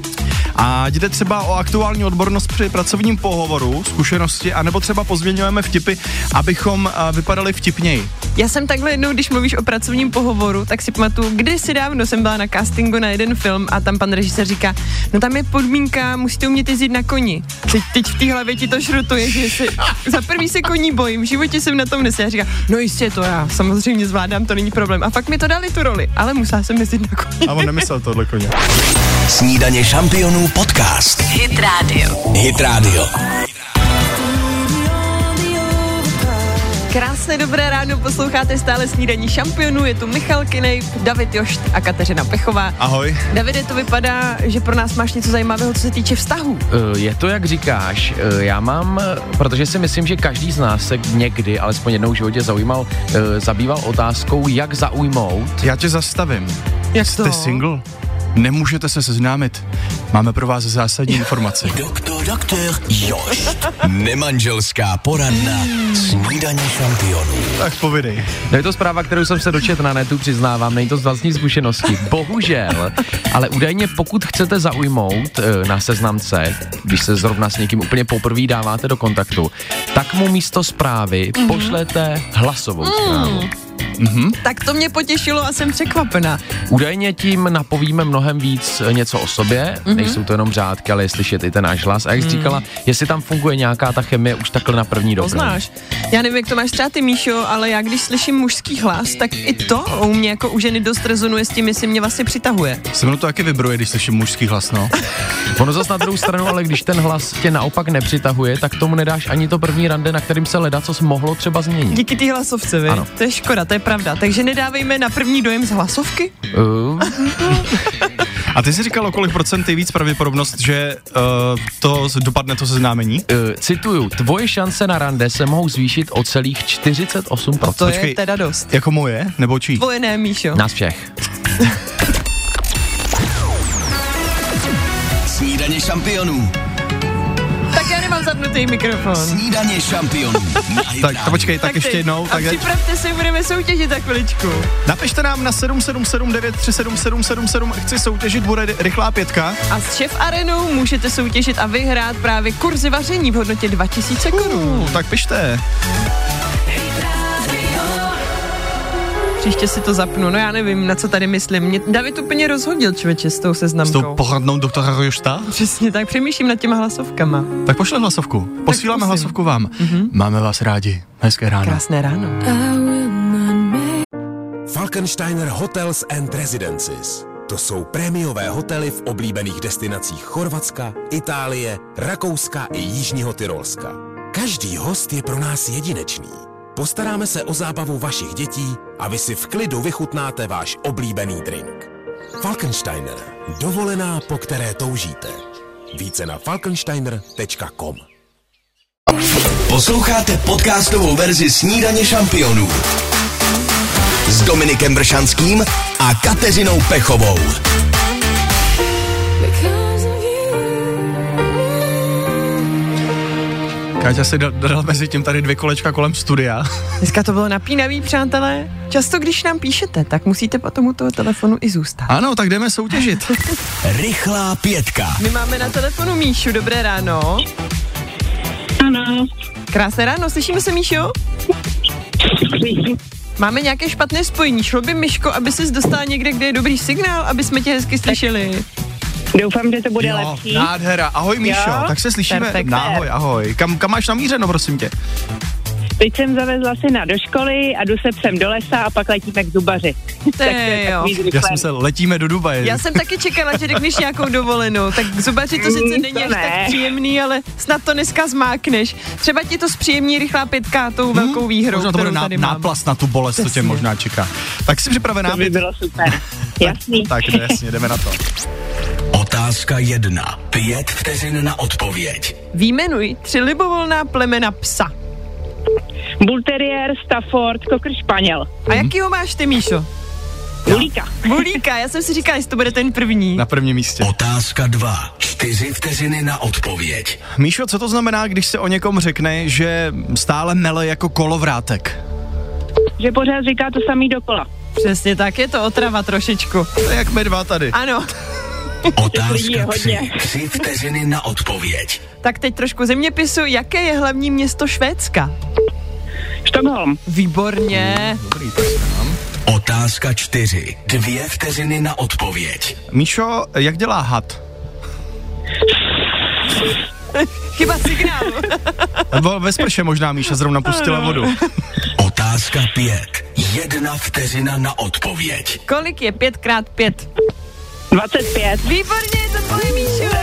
C: A jde třeba o aktuální odbornost při pracovním pohovoru, zkušenosti, anebo třeba pozměňujeme vtipy, abychom uh, vypadali vtipněji.
B: Já jsem takhle jednou, když mluvíš o pracovním pohovoru, tak si pamatuju, kdysi dávno jsem byla na castingu na jeden film a tam pan režisér říká, no tam je podmínka, musíte umět jezdit na koni. Teď, teď v té hlavě ti to šrotuje, že si, za první se koní bojím, v životě jsem na tom nesla. Já říkám, no jistě to já, samozřejmě zvládám, to není problém. A fakt mi to dali tu roli, ale musela jsem jezdit na koni.
C: A on nemyslel tohle koně.
A: Snídaně šampionů podcast.
I: Hit Radio.
A: Hit Radio.
B: Krásné dobré ráno, posloucháte stále snídaní šampionů, je tu Michal Kinej, David Jošt a Kateřina Pechová.
C: Ahoj.
B: Davide, to vypadá, že pro nás máš něco zajímavého, co se týče vztahů.
E: Eh, Je to, jak říkáš. Eh, Já mám, eh, protože si myslím, že každý z nás se někdy, alespoň jednou v životě, zaujímal, eh, zabýval otázkou, jak zaujmout.
C: Já tě zastavím.
B: Jak
C: Jste single? Nemůžete se seznámit. Máme pro vás zásadní informaci.
A: Doktor, doktor Jošt. Nemanželská poradna. Snídaně šampionů.
C: tak povidej.
E: No je to zpráva, kterou jsem se dočetl na netu, přiznávám, není to z vlastní zkušenosti. Bohužel, ale údajně pokud chcete zaujmout eh, na seznamce, když se zrovna s někým úplně poprvé dáváte do kontaktu, tak mu místo zprávy pošlete hlasovou zprávu.
B: Tak to mě potěšilo a jsem překvapena.
E: Údajně tím napovíme mnohem víc eh, něco o sobě, mm-hmm. nejsou to jenom řádky, ale je slyšet i ten náš hlas. A jak jsi říkala, jestli tam funguje nějaká ta chemie už takhle na první dobu.
B: Poznáš. Já nevím, jak to máš třeba ty, Míšo, ale já když slyším mužský hlas, tak i to u mě jako u ženy dost rezonuje s tím, jestli mě vlastně přitahuje.
C: Se mnou to taky vibruje, když slyším mužský hlas, no.
E: Ono zase na druhou stranu, ale když ten hlas tě naopak nepřitahuje, tak tomu nedáš ani to první rande, na kterým se leda, co mohlo třeba změnit.
B: Díky ty hlasovce, vy.
E: Ano.
B: To je škoda, to je pravda. Takže nedávejme na první dojem z hlasovky.
E: Uh,
C: A ty jsi říkal, o kolik procent je víc pravděpodobnost, že uh, to z- dopadne to seznámení?
E: uh, cituju, tvoje šance na rande se mohou zvýšit o celých 48%.
B: To
C: No, Počkej.
B: je teda dost.
C: Jako moje, nebo čí?
B: Tvoje ne, Míšo.
E: Nás všech.
A: Snídaně šampionů.
B: Tak já nemám zapnutý mikrofon.
A: Snídaně šampionů. Na Hit
C: Tak to
A: Radio.
C: počkej, tak, ještě
B: teď.
C: jednou.
B: A
C: Tak teď.
B: připravte se, budeme soutěžit za chviličku.
C: Napište nám na 777937777, chci soutěžit, bude ry- rychlá pětka.
B: A s šef arenou můžete soutěžit a vyhrát právě kurzy vaření v hodnotě 2000 korun.
C: Uh, tak pište.
B: Příště si to zapnu, no já nevím, na co tady myslím. Mě David úplně rozhodil člověče s tou
C: S
B: seznamkou.
C: tou poradnou doktora Rojošta?
B: Přesně tak, přemýšlím nad těma hlasovkama.
C: Tak pošle hlasovku. Posíláme
B: prosím.
C: hlasovku vám. Máme vás rádi. Hezké ráno.
B: Krásné ráno.
D: Falkensteiner Hotels and Residences. To jsou prémiové hotely v oblíbených destinacích Chorvatska, Itálie, Rakouska i Jižního Tyrolska. Každý host je pro nás jedinečný. Postaráme se o zábavu vašich dětí a vy si v klidu vychutnáte váš oblíbený drink. Falkensteiner. Dovolená, po které toužíte. Více na falkensteiner.com
A: Posloucháte podcastovou verzi Snídaně šampionů. S Dominikem Bršanským a Kateřinou Pechovou.
C: Káťa si dal, dal mezi tím tady dvě kolečka kolem studia.
B: Dneska to bylo napínavý, přátelé. Často, když nám píšete, tak musíte potom u toho telefonu i zůstat.
C: Ano, tak jdeme soutěžit.
A: Rychlá pětka.
B: My máme na telefonu Míšu, dobré ráno.
J: Ano,
B: Krásné ráno, slyšíme se, Míšo? Máme nějaké špatné spojení. Šlo by, Miško, aby ses dostala někde, kde je dobrý signál, aby jsme tě hezky slyšeli.
J: doufám, že to bude jo, lepší.
C: nádhera. Ahoj Míšo,
J: Jo.
C: tak se slyšíme.
B: Perfekt.
C: Ahoj, ahoj. Kam, kam máš namířeno, prosím tě?
J: Teď jsem zavezla syna do školy a jdu se psem do lesa a pak letíme k zubaři. Tak to je
B: jo.
J: takový
C: Já
J: zrychlen.
C: jsem se letíme do Dubaje.
B: Já jsem taky čekala, že řekneš nějakou dovolenou, tak k zubaři to sice
J: Mm,
B: není
J: to
B: až
J: ne.
B: tak příjemný, ale snad to dneska zmákneš. Třeba ti to zpříjemní rychlá pětka tou velkou výhrou,
C: Hmm? Možná to
B: kterou
C: bude ná,
B: tady mám.
C: náplast na tu bolest, co tě
B: Přesně.
C: možná čeká. Tak jsi připravená?
J: To by bylo super. Jasný.
C: Tak jde, jasně, jdeme na to.
A: Otázka jedna. Pět vteřin na odpověď.
B: Výjmenuj tři libovolná plemena psa.
J: Bull Terrier, Stafford, Cocker Spaniel.
B: A
C: Hmm?
B: jakýho máš ty, Míšo?
J: Bulíka.
B: Bulíka, já jsem si říkala, jestli to bude ten první.
C: Na prvním místě.
A: Otázka 2. 4 vteřiny na odpověď.
C: Míšo, co to znamená, když se o někom řekne, že stále mele jako kolovrátek?
J: Že pořád říká to samý dokola.
B: Přesně tak, je to otrava trošičku.
C: To je jak my dva tady.
B: Ano,
J: lidí je
A: Otázka 3.
J: hodně.
A: 3 vteřiny na odpověď.
B: tak teď trošku zeměpisu. Jaké je hlavní město Švédska?
J: Stockholm.
B: Výborně.
A: Otázka 4. 2 vteřiny na odpověď.
C: Míšo, jak dělá had?
B: Chyba signálu.
C: Byl ve sprše možná Míša zrovna pustila vodu.
A: Otázka 5. 1 vteřina na odpověď.
B: Kolik je 5x5?
J: 25.
B: Výborně, je to tvoje Míšo.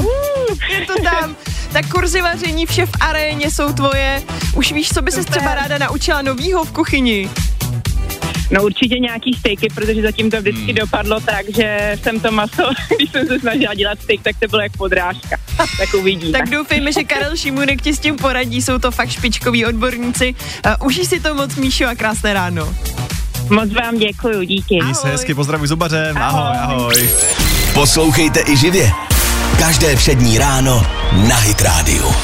B: Uh, Je to tam. Tak kurzy vaření vše v aréně jsou tvoje. Už víš, co by se
J: Super.
B: třeba ráda naučila novýho v kuchyni.
J: No určitě nějaký stejky, protože zatím to vždycky
C: Hmm.
J: dopadlo tak, že jsem to maso, když jsem se snažila dělat steak, tak to bylo jak podrážka. Tak uvidíme.
B: Tak doufejme, že Karel Šimunek ti s tím poradí. Jsou to fakt špičkoví odborníci. Uh, Užij si to moc, Míšo, a krásné ráno.
J: Moc vám děkuju, díky.
C: Měj se hezky, pozdravuj zubařem, ahoj, ahoj.
A: Poslouchejte i živě. Každé přední ráno na Hit Radio.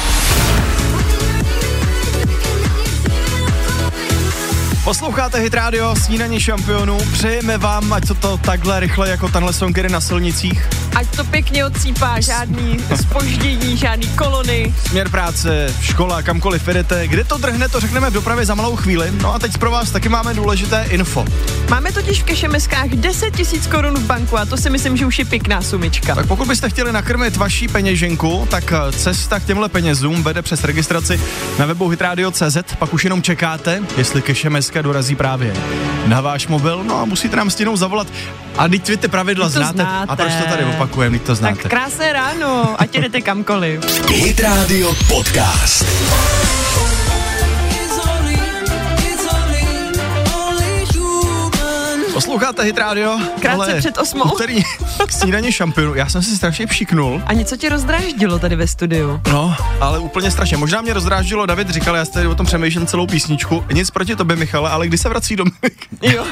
C: Posloucháte Hit Radio, snídaní šampionů, přejeme vám, ať to, to takhle rychle jako tenhle song jede na silnicích.
B: Ať to pěkně odsýpá, žádný spoždění, žádný kolony.
C: Směr práce, škola, kamkoliv jedete, kde to drhne, to řekneme v dopravě za malou chvíli. No a teď pro vás taky máme důležité info.
B: Máme totiž v kešemeskách 10 000 korun v banku a to si myslím, že už je pěkná sumička.
C: Tak pokud byste chtěli nakrmit vaší peněženku, tak eh, cesta k těmhle penězům vede přes registraci na webu hitradio.cz, pak už jenom čekáte, jestli cash MSK dorazí právě na váš mobil, no a musíte nám stěnou zavolat. A teď vy ty pravidla
B: Vždyť to
C: znáte. A
B: znáte.
C: proč to tady opakujeme, teď to znáte.
B: Tak krásné ráno, ať jdete kamkoliv.
A: Hit Radio Podcast.
C: Posloucháte Hit Radio?
B: Krátce
C: ale
B: před osmou.
C: Úterý k snídaně šampionu. Já jsem si strašně pšiknul.
B: A něco tě rozdráždilo tady ve studiu.
C: No, ale úplně strašně. Možná mě rozdráždilo, David říkal, já si tady o tom přemýšlím celou písničku. Nic proti tobě, Michale, ale kdy se vrací Dominik?
B: Jo.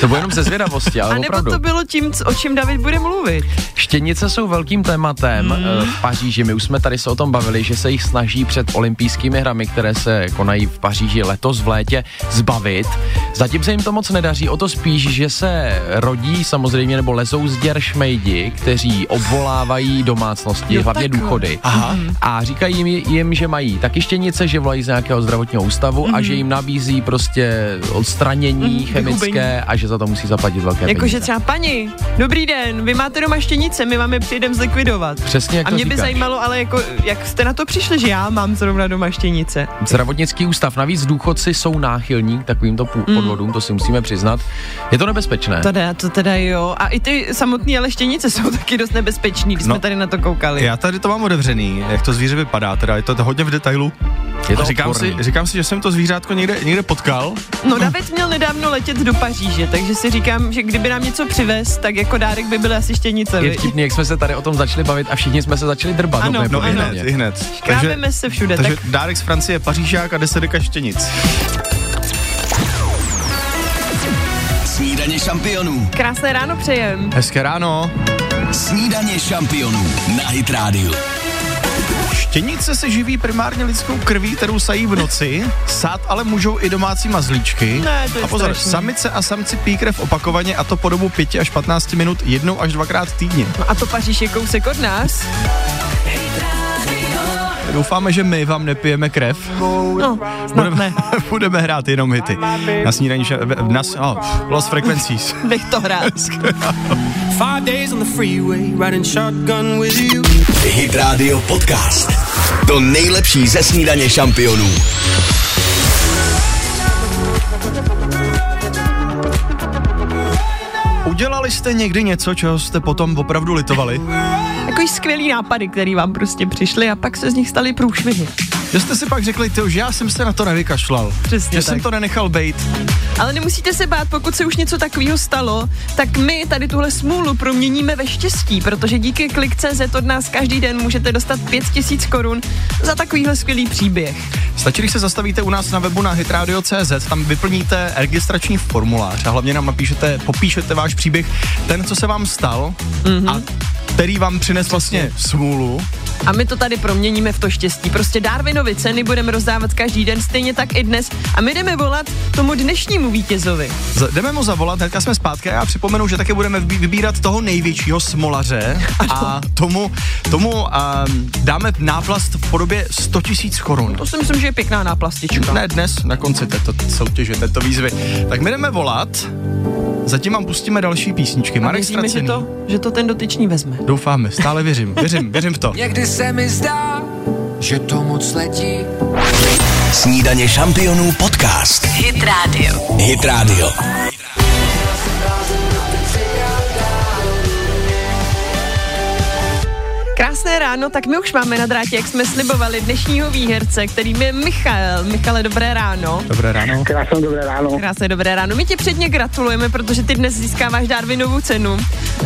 E: To bylo jenom ze zvědavosti, ale
B: A nebo
E: opravdu.
B: to bylo tím, c- o čem David bude mluvit.
E: Štěnice jsou velkým tématem
B: Hmm.
E: eh, v Paříži. My už jsme tady se o tom bavili, že se jich snaží před olympijskými hrami, které se konají v Paříži letos v létě, zbavit. Zatím se jim to moc nedaří, o to spíš, že se rodí samozřejmě nebo lezou z děr šmejdi, kteří obvolávají domácnosti, hlavně
B: No takhle.
E: důchody. Aha. A říkají jim, jim, že mají taky štěnice, že volají z nějakého zdravotního ústavu
B: Mhm.
E: a že jim nabízí prostě odstranění chemické a že za to musí zaplatit velké peníze.
B: Jakože Jako, třeba paní, dobrý den, vy máte doma štěnice, my vám je přijdem zlikvidovat.
E: Přesně jak
B: A
E: to
B: mě by
E: říkáš.
B: zajímalo, ale jako, jak jste na to přišli, že já mám zrovna doma štěnice.
E: Zdravotnický ústav. Navíc důchodci jsou náchylní k takovýmto pů- podvodům, to si musíme přiznat. Je to nebezpečné.
B: Hmm. To teda, to teda jo. A i ty samotné ale štěnice jsou taky dost nebezpečný, když
C: No.
B: jsme tady na to koukali.
C: Já tady to mám otevřený, jak to zvíře vypadá, teda je to hodně v detailu.
E: Je to
C: říkám, si,
E: odporný.
C: říkám si, že jsem to zvířátko někde, někde potkal.
B: No David měl nedávno letět do Paříže, takže si říkám, že kdyby nám něco přivez, tak jako dárek by byly asi štěnice.
E: Je
B: viď?
E: vtipný, jak jsme se tady o tom začali bavit a všichni jsme se začali drbat.
B: Ano,
E: úplně
C: No i
E: podle
C: hned,
E: mě.
C: i hned.
B: Kráveme se všude,
C: takže
B: tak
C: dárek z Francie, Pařížák a desetka štěnic.
A: Snídaně šampionů.
B: krásné ráno přejem.
C: Hezké ráno.
A: Snídaně šampionů na Hit Radio.
C: Štěnice se živí primárně lidskou krví, kterou sají v noci. Sát ale můžou i domácí mazlíčky.
B: Ne, to je
C: a pozor,
B: strašný.
C: samice a samci pijí krev opakovaně a to po dobu 5 až 15 minut jednou až dvakrát týdně.
B: No a to Paříž je kousek od nás.
C: Doufáme, že my vám nepijeme krev.
B: No, snad
C: Budeme,
B: ne.
C: budeme hrát jenom hity. Na snídaní, ša- v- na, s- oh, Los Frequencies.
B: Nech to hrát.
G: Five days on the freeway, riding shotgun with you.
A: Hit Radio Podcast. To nejlepší ze snídaně šampionů.
C: Udělali jste někdy něco, čeho jste potom opravdu litovali?
B: Takový skvělý nápady, který vám prostě přišly a pak se z nich staly průšvihy.
C: Že jste si pak řekli, tyjo, že já jsem se na to nevykašlal.
B: Přesně tak.
C: že jsem to nenechal bejt.
B: Ale nemusíte se bát, pokud se už něco takového stalo, tak my tady tuhle smůlu proměníme ve štěstí, protože díky klik.cz od nás každý den můžete dostat 5000 korun za takovýhle skvělý příběh.
C: Stačí, když se zastavíte u nás na webu na hitradio.cz, tam vyplníte registrační formulář a hlavně nám napíšete, popíšete váš příběh, ten, co se vám stal
B: Mhm.
C: mm-hmm. a který vám přines vlastně smůlu.
B: A my to tady proměníme v to štěstí. Prostě Darwinovy ceny budeme rozdávat každý den, stejně tak i dnes. A my jdeme volat tomu dnešnímu vítězovi.
C: Z- Jdeme mu zavolat, hnedka jsme zpátky a já připomenu, že také budeme vybí- vybírat toho největšího smolaře a tomu, tomu um, dáme náplast v podobě 100 000 korun.
B: To si myslím, že je pěkná náplastička.
C: Ne dnes, na konci této soutěže, této výzvy. Tak my jdeme volat, zatím vám pustíme další písničky.
B: A
C: Marek
B: věříme, že
C: Stracený.
B: to, že to ten dotyčný vezme.
C: Doufáme, stále věřím, věřím, věřím v to.
H: Někdy se mi zdá, že to moc letí.
A: Snídaně šampionů podcast.
I: Hit Radio.
A: Hit Radio.
B: Krásné ráno, tak my už máme na drátě, jak jsme slibovali dnešního výherce, kterým je Michal. Michale, dobré ráno.
C: Dobré ráno.
J: Krásné dobré ráno.
B: Krásné dobré ráno. My ti předně gratulujeme, protože ty dnes získáváš Darwinovu cenu.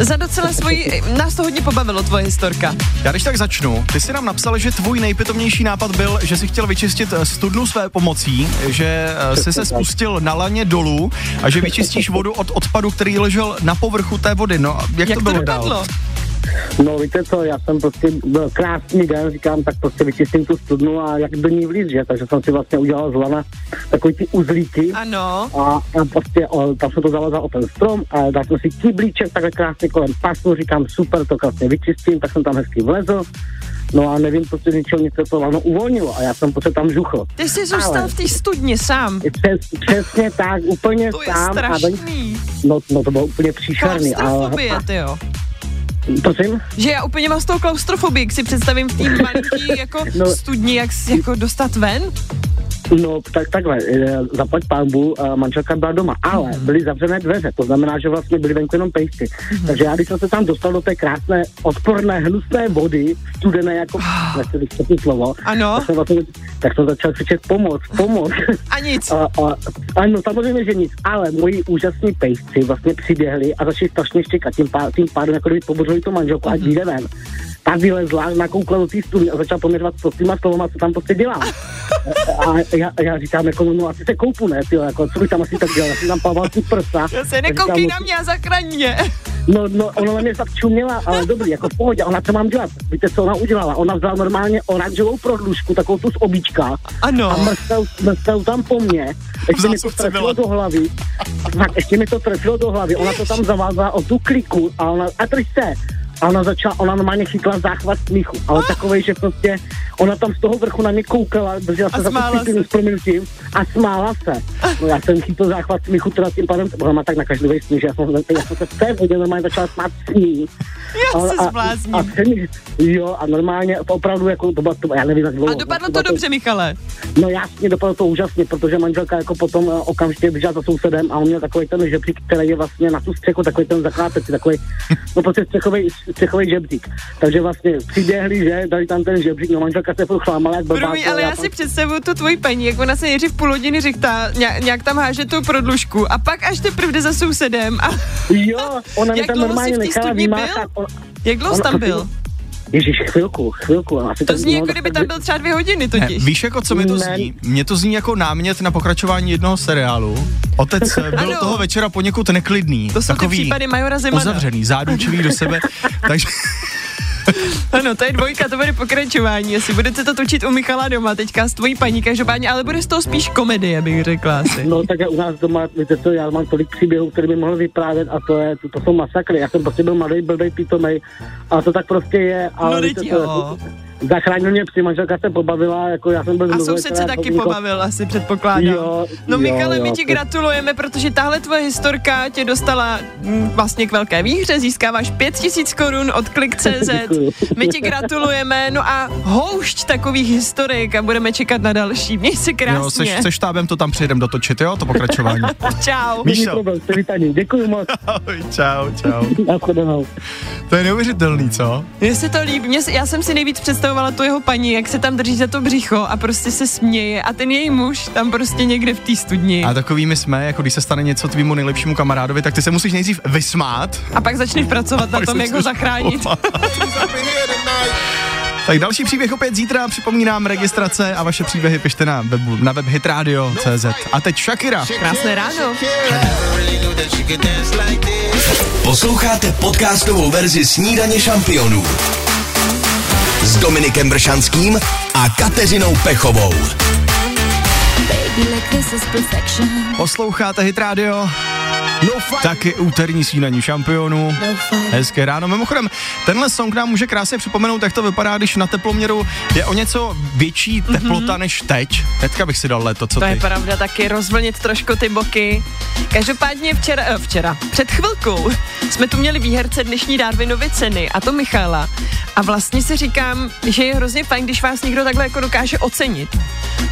B: Za docela svoji, nás to hodně pobavilo, tvoje historka.
C: Já když tak začnu, ty jsi nám napsal, že tvůj nejpitomnější nápad byl, že si chtěl vyčistit eh, studnu své pomocí, že eh, jsi se spustil na laně dolů a že vyčistíš vodu od odpadu, který ležel na povrchu té vody. No, a
B: Jak
C: jak, to
B: to
C: bylo dál?
B: dopadlo?
J: No víte co, já jsem prostě, byl krásný den, říkám, tak prostě vyčistím tu studnu a jak do ní vlít, že? Takže jsem si vlastně udělal z lana takový ty uzlíky.
B: Ano.
J: a, a prostě o, tam jsem to zalezal o ten strom a dal jsem si kyblíček takhle krásně kolem pasu, říkám super, to krásně vyčistím, tak jsem tam hezky vlezl. No a nevím, prostě z ničeho něco to lano uvolnilo a já jsem prostě tam žuchl.
B: Ty jsi zůstal
J: Ale-
B: v té studně sám.
J: Přes, přesně tak, úplně
B: To je
J: sám a ven,
B: strašný.
J: no, no to bylo úplně příšerný. A,
B: Klaustrofobie, ty jo.
J: prosím?
B: Že já úplně mám z toho klaustrofobii, jak si představím v té malinký jako
J: No.
B: studni, jak s- jako dostat ven.
J: No, tak takhle, eh, zaplať pánbu, eh, manželka byla doma, ale byly zavřené dveře, to znamená, že vlastně byly venku jenom pejsky. Takže já, když jsem se tam dostal do té krásné, odporné, hnusné vody, studené jako, nechci vysvětlit slovo,
B: Ano.
J: tak jsem, vlastně, tak jsem začal křičet pomoc, pomoc.
B: A nic.
J: A, a, a no samozřejmě, že nic, ale moji úžasní pejsci vlastně přiběhli a začali strašně štěkat, tím, pá, tím pádem jako kdyby pobořili tu manželku a
B: Mhm.
J: jde ven. Ta vylezla, nakoukla do té studny a začala poměřovat prostýma slovama, co tam prostě dělá. A, a já, a já, říkám, jako, no, no asi se koupu, ne, tyjo, jako, co bych tam asi tak dělal, asi tam pával ty prsa.
B: Já se
J: Říkám,
B: nekoukej na mě a zachraň mě.
J: No, no, ona na mě začuměla, ale dobrý, jako v pohodě, ona co mám dělat? Víte, co ona udělala? Ona vzala normálně oranžovou prodlužku, takovou tu z obíčka, a
B: Ano.
J: mrstel, mrstel tam po mně. Ještě mi to
C: zásuvce
J: trefilo
C: byla.
J: do hlavy. Tak ještě mi to trefilo do hlavy. Ona to tam zavázala o tu kliku a ona, a drž se. A ona začala, ona normálně chytla záchvat smíchu, ale takovej, že prostě ona tam z toho vrchu na mě koukala, držela
B: A
J: se za
B: smála
J: tu
B: se.
J: kliku s prominutím a smála se. No já jsem chytl záchvat smíchu, teda tím pádem, ona má tak na každý smích, že já jsem, já jsem se v té vodě normálně začala smát s ní.
B: Já
J: Ale-
B: se
J: a, a,
B: zblázním.
J: ten, jo, a normálně, to opravdu, jako, to bylo, to, já nevím, jak dlouho.
B: A dopadlo
J: bylo
B: to dobře, Michale.
J: No jasně, dopadlo to úžasně, protože manželka jako potom eh, okamžitě běžela za sousedem a on měl takový ten žebřík, který je vlastně na tu střechu, takový ten zaklápec, takový, no prostě střechový, střechový žebřík. Takže vlastně přiběhli, že, dali tam ten žebřík, no manželka se furt chlámala, jak blbá.
B: Promiň,
J: to
B: ale já
J: tam-
B: si představuju tu tvoji paní, jak ona se nejdřív půl hodiny řichtá, nějak, nějak tam háže tu prodlužku a pak až teprve jde za sousedem a
J: Jo, ona mi
B: Jak
J: tam
B: dlouho jsi
J: normálně
B: v té
J: nechala
B: studni
J: vymáchat. On,
B: jak dlouho jsi tam byl?
J: Ježíš, chvilku, chvilku. Asi
B: To zní,
J: no,
B: jako
J: tak-
B: kdyby tam byl třeba dvě hodiny
C: Ne,
B: totiž.
C: víš, jako co mi to
J: Ne.
C: zní? Mně to zní jako námět na pokračování jednoho seriálu. Otec eh, byl
B: Ano.
C: toho večera poněkud neklidný.
B: To jsou ty
C: takový
B: případy Majora Zemana.
C: uzavřený, zádučivý do sebe. Takže
B: Ano, to je dvojka, to bude pokračování. Jestli budete to točit u Michala doma teďka s tvojí paní, každopádně, ale bude z toho spíš komedie, bych řekla asi.
J: No tak u nás doma, víte co, já mám tolik příběhů, který by mohl vyprávět a to, je, to, to jsou masakry. Já jsem prostě byl malý, blbej, pitomej a to tak prostě je. Ale
B: No,
J: víte
B: teď
J: co, jako,
B: jo.
J: Zachránil mě psi, manželka se pobavila, jako já jsem byl...
B: A
J: mluvil,
B: soused se
J: teda
B: taky
J: jako-
B: pobavil, asi předpokládám.
J: Jo,
B: no
J: jo,
B: Michale, my
J: jo,
B: ti
J: to-
B: gratulujeme, protože tahle tvoje historka tě dostala mm, vlastně k velké výhře. Získáváš 5000 korun od Klik.cz.
J: Děkuju.
B: My ti gratulujeme, no a houšť takových historik a budeme čekat na další. Měj se
C: jo, se,
B: krásně.
C: se no, štábem to tam přijedem dotočit, jo, to pokračování.
B: Čau.
J: Není
C: Míšo,
J: problém, jste vítaní. Děkuji moc.
C: ahoj, čau, čau.
J: Na shledanou.
C: To je neuvěřitelný, co?
B: Mně se to líbí, Mně se, já jsem si nejvíc představila představovala tu jeho paní, jak se tam drží za to břicho a prostě se směje a ten její muž tam prostě někde v té studni.
C: A takovými jsme, jako když se stane něco tvýmu nejlepšímu kamarádovi, tak ty se musíš nejdřív vysmát.
B: A pak začneš pracovat na
C: Pak
B: tom,
C: se
B: jak ho
C: musíš
B: zachránit.
C: Tak další příběh opět zítra, připomínám registrace a vaše příběhy pište na, webu, na web hitradio.cz. A teď Shakira.
B: Krásné ráno.
A: Posloucháte podcastovou verzi Snídaně šampionů s Dominikem Bršanským a Kateřinou Pechovou.
C: Posloucháte Hit Radio, taky úterní snídaní šampionů. Hezké ráno. Mimochodem, tenhle song nám může krásně připomenout, jak to vypadá, když na teploměru je o něco větší teplota než teď. Hnedka bych si dal leto,
B: Mhm.
C: co
B: To je
C: ty.
B: pravda, taky rozvlnit trošku ty boky. Každopádně včera, eh, včera, před chvilkou jsme tu měli výherce dnešní Darwinovy ceny, a to Michala. A vlastně si říkám, že je hrozně fajn, když vás někdo takhle jako dokáže ocenit.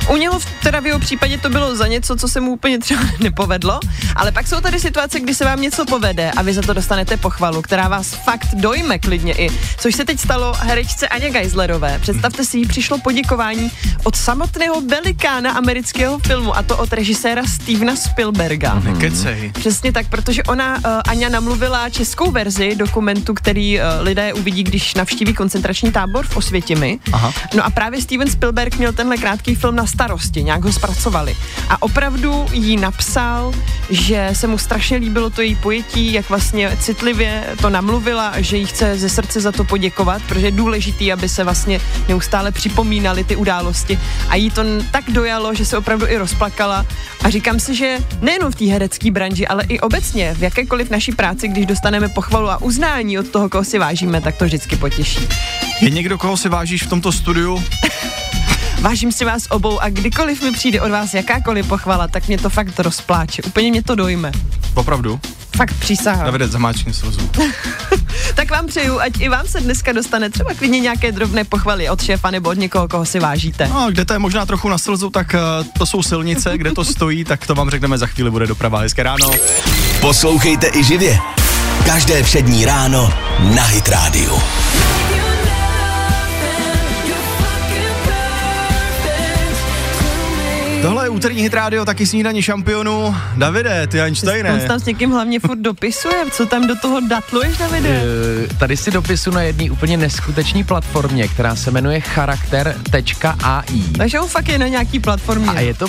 B: U něho v- teda v jeho případě to bylo za něco, co se mu úplně třeba nepovedlo, ale pak jsou tady situace, kdy se vám něco povede a vy za to dostanete pochvalu, která vás fakt dojme klidně i. Což se teď stalo herečce Aně Geislerové. Představte si, jí přišlo poděkování od samotného velikána amerického filmu, a to od režiséra Stevena Spielberga.
C: Kecej.
B: Přesně tak, protože ona, uh, Aňa, namluvila českou verzi dokumentu, který uh, lidé uvidí, když navštíví koncentrační tábor v Osvětimi.
C: Aha.
B: No a právě Steven Spielberg měl tenhle krátký film na starosti, nějak ho zpracovali. A opravdu jí napsal, že se mu strašně líbilo to její pojetí, jak vlastně citlivě to namluvila, že jí chce ze srdce za to poděkovat, protože je důležitý, aby se vlastně neustále připomínaly ty události. A jí to n- tak dojalo, že se opravdu i rozplakala. A říkám si, že nejenom v té herecké branži, ale i obecně v jakékoliv naší práci, když dostaneme pochvalu a uznání od toho, koho si vážíme, tak to vždycky potěší.
C: Je někdo, koho si vážíš v tomto studiu?
B: Vážím si vás obou a kdykoliv mi přijde od vás jakákoliv pochvala, tak mě to fakt rozpláče. Úplně mě to dojme.
C: Opravdu.
B: Fakt přísahám.
C: Davide, zamáčkni slzu.
B: Tak vám přeju, ať i vám se dneska dostane třeba klidně nějaké drobné pochvaly od šéfa nebo od někoho, koho si vážíte.
C: No, kde to je možná trochu na slzu, tak eh, to jsou silnice, kde to stojí, tak to vám řekneme za chvíli, bude doprava. Hezké ráno.
A: Poslouchejte i živě. Každé přední ráno na Hit Radio.
C: Tohle je úterní hit rádio, taky snídaní šampionů. Davide, ty
B: On
C: Einsteine.
B: tam s někým hlavně furt dopisuje, co tam do toho datluješ na videu?
E: Eh, Tady si dopisu na jedné úplně neskuteční platformě, která se jmenuje charakter.ai.
B: Takže on fakt je na nějaký platformě. Jako
E: A je to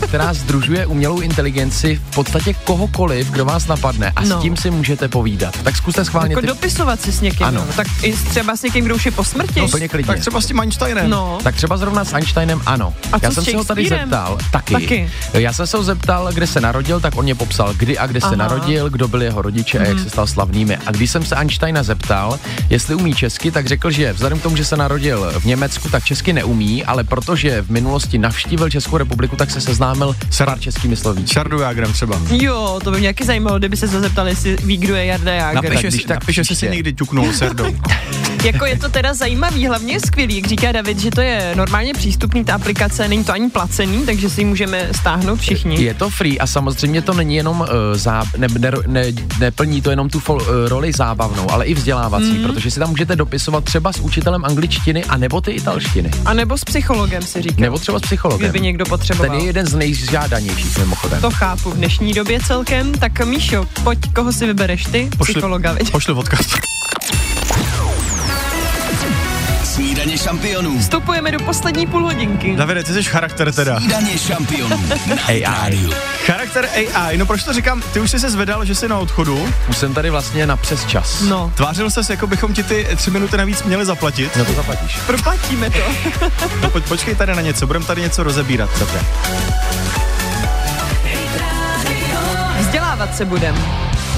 E: která združuje umělou inteligenci v podstatě kohokoliv, kdo vás napadne a
B: No.
E: s tím si můžete povídat. Tak zkuste schválně
B: jako
E: ty...
B: dopisovat si s někým,
E: Ano. No,
B: no. tak i s- třeba s někým, kdo už je po smrti.
E: Úplně klidně.
C: Tak třeba s tím Einsteinem.
B: no.
E: Tak třeba zrovna s Einsteinem ano.
B: A
E: Já
B: co s
E: jsem se ho tady
B: Shakespearem?
E: zeptal. Taky.
B: Taky.
E: Já jsem se ho zeptal, kde se narodil, tak on mě popsal, kdy a kde
B: Aha. Mhm.
E: se narodil, kdo byl jeho rodiče a jak se stal slavnými. A když jsem se Einsteina zeptal, jestli umí česky, tak řekl, že vzhledem k tomu, že se narodil v Německu, tak česky neumí, ale protože v minulosti navštívil Českou republiku, tak se seznámil s pár českými slovníky.
C: Chardu Jagrem třeba.
B: Jo, to by mě jaký zajímalo, kdyby se to zeptali, jestli ví, kdo je Jarda Jágr.
E: Napiš-
C: Napíše si,
E: když tak
C: napíše si, si
E: příště.
C: někdy ťuknul serdou.
B: Jako je to teda zajímavý, hlavně je skvělý, jak říká David, že to je normálně přístupný, ta aplikace, není to ani placený, takže si ji můžeme stáhnout všichni.
E: Je to free a samozřejmě to není jenom uh, zá, ne, ne, ne, neplní to jenom tu fol, uh, roli zábavnou, ale i vzdělávací, mm. protože si tam můžete dopisovat třeba s učitelem angličtiny a nebo ty italštiny.
B: A nebo s psychologem si říká.
E: Nebo třeba s psychologem.
B: Kdyby někdo potřeboval.
E: Ten je jeden z nejžádanějších mimochodem.
B: To chápu v dnešní době celkem, tak Míšo, pojď, koho si vybereš ty?
C: Pošli-
B: Psychologa, viď?
C: Pošli odkaz.
A: Snídaně šampionů.
B: Vstupujeme do poslední půl hodinky.
C: Davide, ty jsi charakter teda.
A: Snídaně šampionů na Hit Radio.
C: Charakter AI, no proč to říkám? Ty už jsi se zvedal, že jsi na odchodu.
E: Už jsem tady vlastně na přes čas.
B: No,
C: Tvářil jsi, jako bychom ti ty tři minuty navíc měli zaplatit.
E: No to zaplatíš.
B: proplatíme to.
C: No, po, počkej tady na něco, budeme tady něco rozebírat. Dobře.
B: Vzdělávat se budem.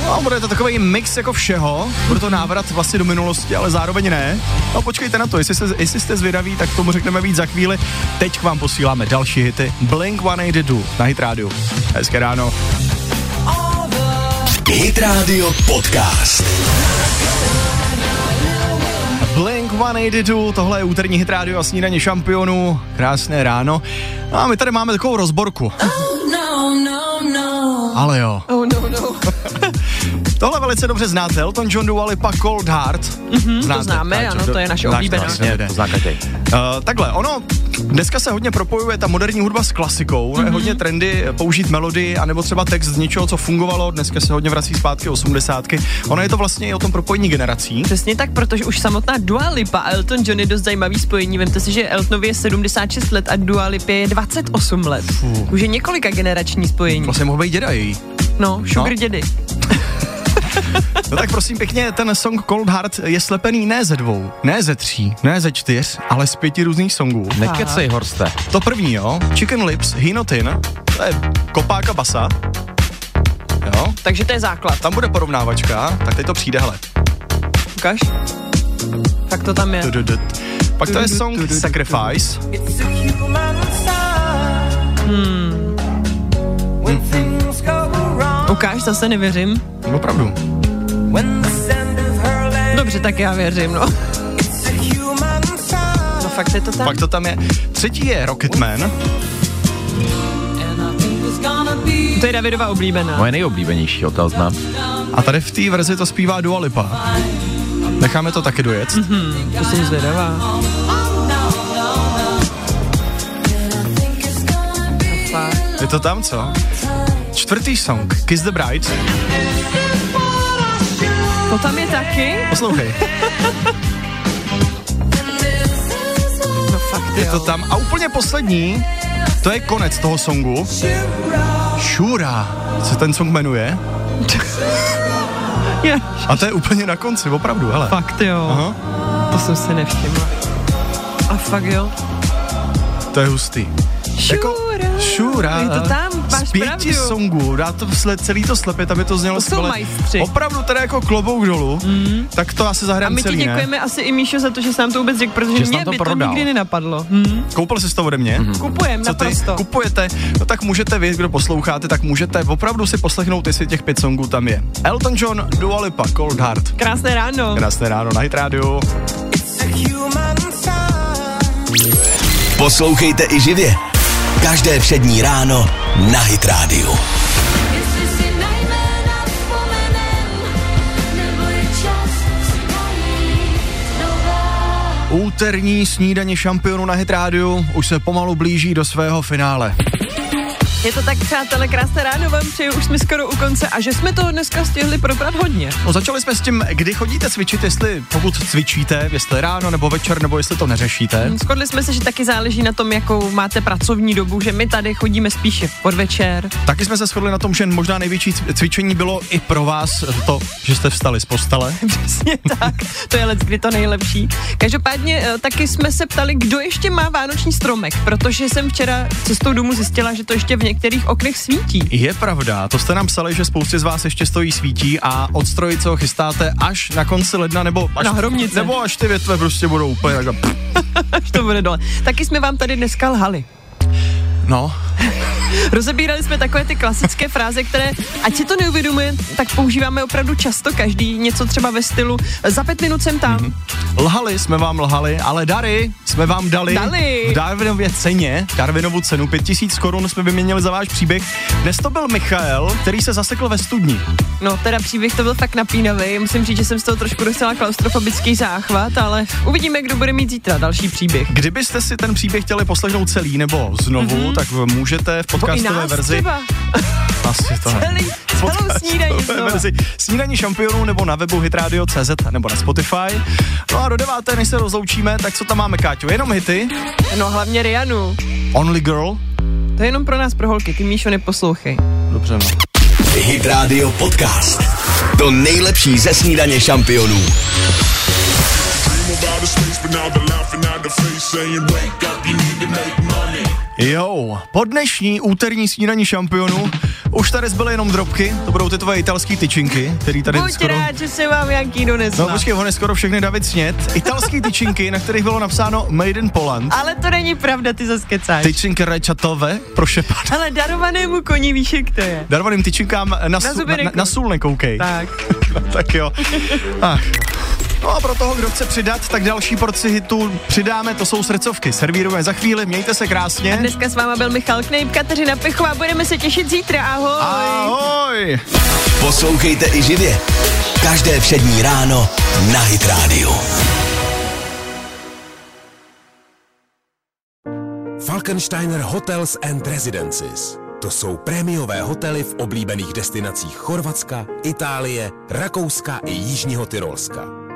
C: No, bude to takový mix jako všeho, bude to návrat vlastně do minulosti, ale zároveň ne. No počkejte na to, jestli, se, jestli jste zvědaví, tak tomu řekneme víc za chvíli. Teď k vám posíláme další hity Blink-182 na Hit Radio. Hezké ráno.
A: Hit Radio Podcast.
C: Blink-182, tohle je úterní Hit Radio a snídaně šampionů. Krásné ráno. No a my tady máme takovou rozborku.
H: Oh, No, no, no.
C: Ale jo.
B: Oh no, no.
C: Tohle velice dobře znáte, Elton John Dualipa Cold Heart.
B: Mm-hmm, to známe, ano, to je naše
C: Tak,
B: oblíbená.
C: tak, jde.
E: to zná každý.
C: Uh, takhle, ono, dneska se hodně propojuje ta moderní hudba s klasikou,
B: Mhm.
C: mm-hmm. je hodně trendy použít melodii, anebo třeba text z něčeho, co fungovalo, dneska se hodně vrací zpátky osmdesátky. Ono je to vlastně i o tom propojení generací.
B: Přesně tak, protože už samotná Dua Lipa a Elton John je dost zajímavý spojení. Vemte si, že Eltonovi je 76 let a Dua Lipě je 28 let. Už je několika generační spojení.
C: Vlastně mohl být děda její.
E: Vlastně-
B: No, sugar dědy.
C: No tak prosím pěkně, ten song Cold Heart je slepený ne ze dvou, ne ze tří, ne ze čtyř, ale z pěti různých songů.
E: Nekecej, Horste.
C: To první, jo, Chicken Lips, Hinotin, to je kopáka basa. Jo,
B: Takže to je základ.
C: tam bude porovnávačka, tak teď to přijde, hele.
B: Ukaž. Tak to tam je.
C: Tududut. Pak to je song Sacrifice.
B: Ukáž, zase nevěřím.
C: Opravdu.
B: Dobře, tak já věřím, no. No fakt je to tak.
C: Pak to tam je. Třetí je Rocketman.
B: To je Davidova oblíbená.
E: Moje nejoblíbenější hotel znám.
C: A tady v té verzi to zpívá Dua Lipa. Necháme to taky dojet.
B: To jsem zvědavá. Fakt.
C: Je to tam, co? Čtvrtý song, Kiss the Bride.
B: To tam je taky?
C: Poslouchej,
B: No fakt
C: je
B: jo.
C: to tam. A úplně poslední, to je konec toho songu. Šura, se ten song jmenuje.
B: Je,
C: A to je úplně na konci, opravdu, hele.
B: fakt jo.
C: Aha,
B: To jsem si nevšimla. A fakt jo.
C: to je hustý. Jako, šura.
B: Je to tam, máš
C: Z pěti
B: pravdu.
C: songů, dá to sle, celý to slepit, aby to znělo
B: To jsou
C: skvěle.
B: majstři. Mhm.
C: Opravdu teda jako klobouk dolů, mm. tak to asi
B: A
C: zahrajeme
B: my ti
C: celý, ne?
B: děkujeme asi i Míšo za to, že jsi nám to vůbec řekl, protože
E: Že jsi
B: mě
E: nám to
B: by to
E: prodal.
B: nikdy nenapadlo. Hmm.
C: Koupil jsi to ode mě?
B: Mhm.
C: Mm-hmm.
B: Kupujem
C: Co ty
B: naprosto.
C: kupujete, no tak můžete vy, kdo posloucháte, tak můžete opravdu si poslechnout, jestli těch pět songů tam je. Elton John, Dua Lipa, Cold Heart.
B: Krásné ráno.
C: Krásné ráno na Hit Radio.
A: Poslouchejte i živě. Každé přední ráno na Hit Radio.
I: Jestli si na jména vzpomenem, nebo je čas si najít znova.
C: Úterní snídaně šampionu na Hit Radio už se pomalu blíží do svého finále.
B: Je to tak, přátelé, krásné ráno vám přeju, už jsme skoro u konce a že jsme toho dneska stihli probrat hodně.
C: No začali jsme s tím, kdy chodíte cvičit, jestli pokud cvičíte, jestli ráno nebo večer, nebo jestli to neřešíte.
B: Shodli jsme se, že taky záleží na tom, jakou máte pracovní dobu, že my tady chodíme spíše podvečer.
C: Taky jsme se shodli na tom, že možná největší cv- cvičení bylo i pro vás to, že jste vstali z postele.
B: Přesně tak, to je let, kdy to nejlepší. Každopádně eh, taky jsme se ptali, kdo ještě má vánoční stromek, protože jsem včera cestou domů zjistila, že to ještě v některých oknech svítí.
C: Je pravda, to jste nám psali, že spoustě z vás ještě stojí svítí a odstrojit se ho chystáte až na konci ledna, nebo až,
B: Na hromnice.
C: nebo až ty větve prostě budou úplně takhle. pff.
B: Až to bude dole. Taky jsme vám tady dneska lhali.
C: No,
B: Rozebírali jsme takové ty klasické fráze, které, ať si to neuvědomuje, tak používáme opravdu často každý. Něco třeba ve stylu za pět minut jsem tam. Mm-hmm.
C: lhali jsme vám lhali, ale dary jsme vám dali,
B: Dali.
C: v Darwinově ceně, Darwinovu cenu, 5000 korun jsme vyměnili za váš příběh. Dnes to byl Michal, který se zasekl ve studni.
B: No, teda příběh to byl fakt napínavý. Musím říct, že jsem z toho trošku dostala klaustrofobický záchvat, ale uvidíme, kdo bude mít zítra další příběh.
C: Kdybyste si ten příběh chtěli poslechnout celý nebo znovu, mm-hmm. tak můžete v
B: Mhm. Nebo i
C: podcastové
B: nás
C: verzi.
B: třeba.
C: Asi to ne.
B: Celý, celou snídaní
C: podcastové
B: znova.
C: verzi Snídaní šampionů nebo na webu hitradio.cz nebo na Spotify. No a do deváté, než se rozloučíme, tak co tam máme, Káťo? Jenom hity,
B: No hlavně Rianu.
C: Only Girl.
B: To je jenom pro nás, pro holky, ty Míšo neposlouchej.
C: Dobře, no.
A: Hit Radio Podcast. To nejlepší ze snídaně šampionů.
C: Jo, po dnešní úterní snídaní šampionů už tady zbyly jenom drobky, to budou ty tvoje italský tyčinky, který tady
B: Buď
C: skoro...
B: rád, že se vám jaký donesla.
C: No počkej, on je skoro všechny David Snět. Italský tyčinky, na kterých bylo napsáno Made in Poland.
B: Ale to není pravda, ty zase kecáš.
C: Tyčinky rajčatové, prošepané.
B: Ale darovanému koni víš, jak to je.
C: Darovaným tyčinkám na, na, su, na,
B: zuby
C: na, na sůl nekoukej.
B: Tak.
C: tak jo. Ach. No a pro toho, kdo chce přidat, tak další porci hitů přidáme, to jsou srdcovky. Servírujeme za chvíli, mějte se krásně.
B: Dneska s váma byl Michal Knejp, Kateřina Pechová, budeme se těšit zítra, ahoj.
C: Ahoj!
A: Poslouchejte i živě. Každé přední ráno na Hit Radio.
D: Falkensteiner Hotels and Residences. To jsou prémiové hotely v oblíbených destinacích Chorvatska, Itálie, Rakouska i Jižního Tyrolska.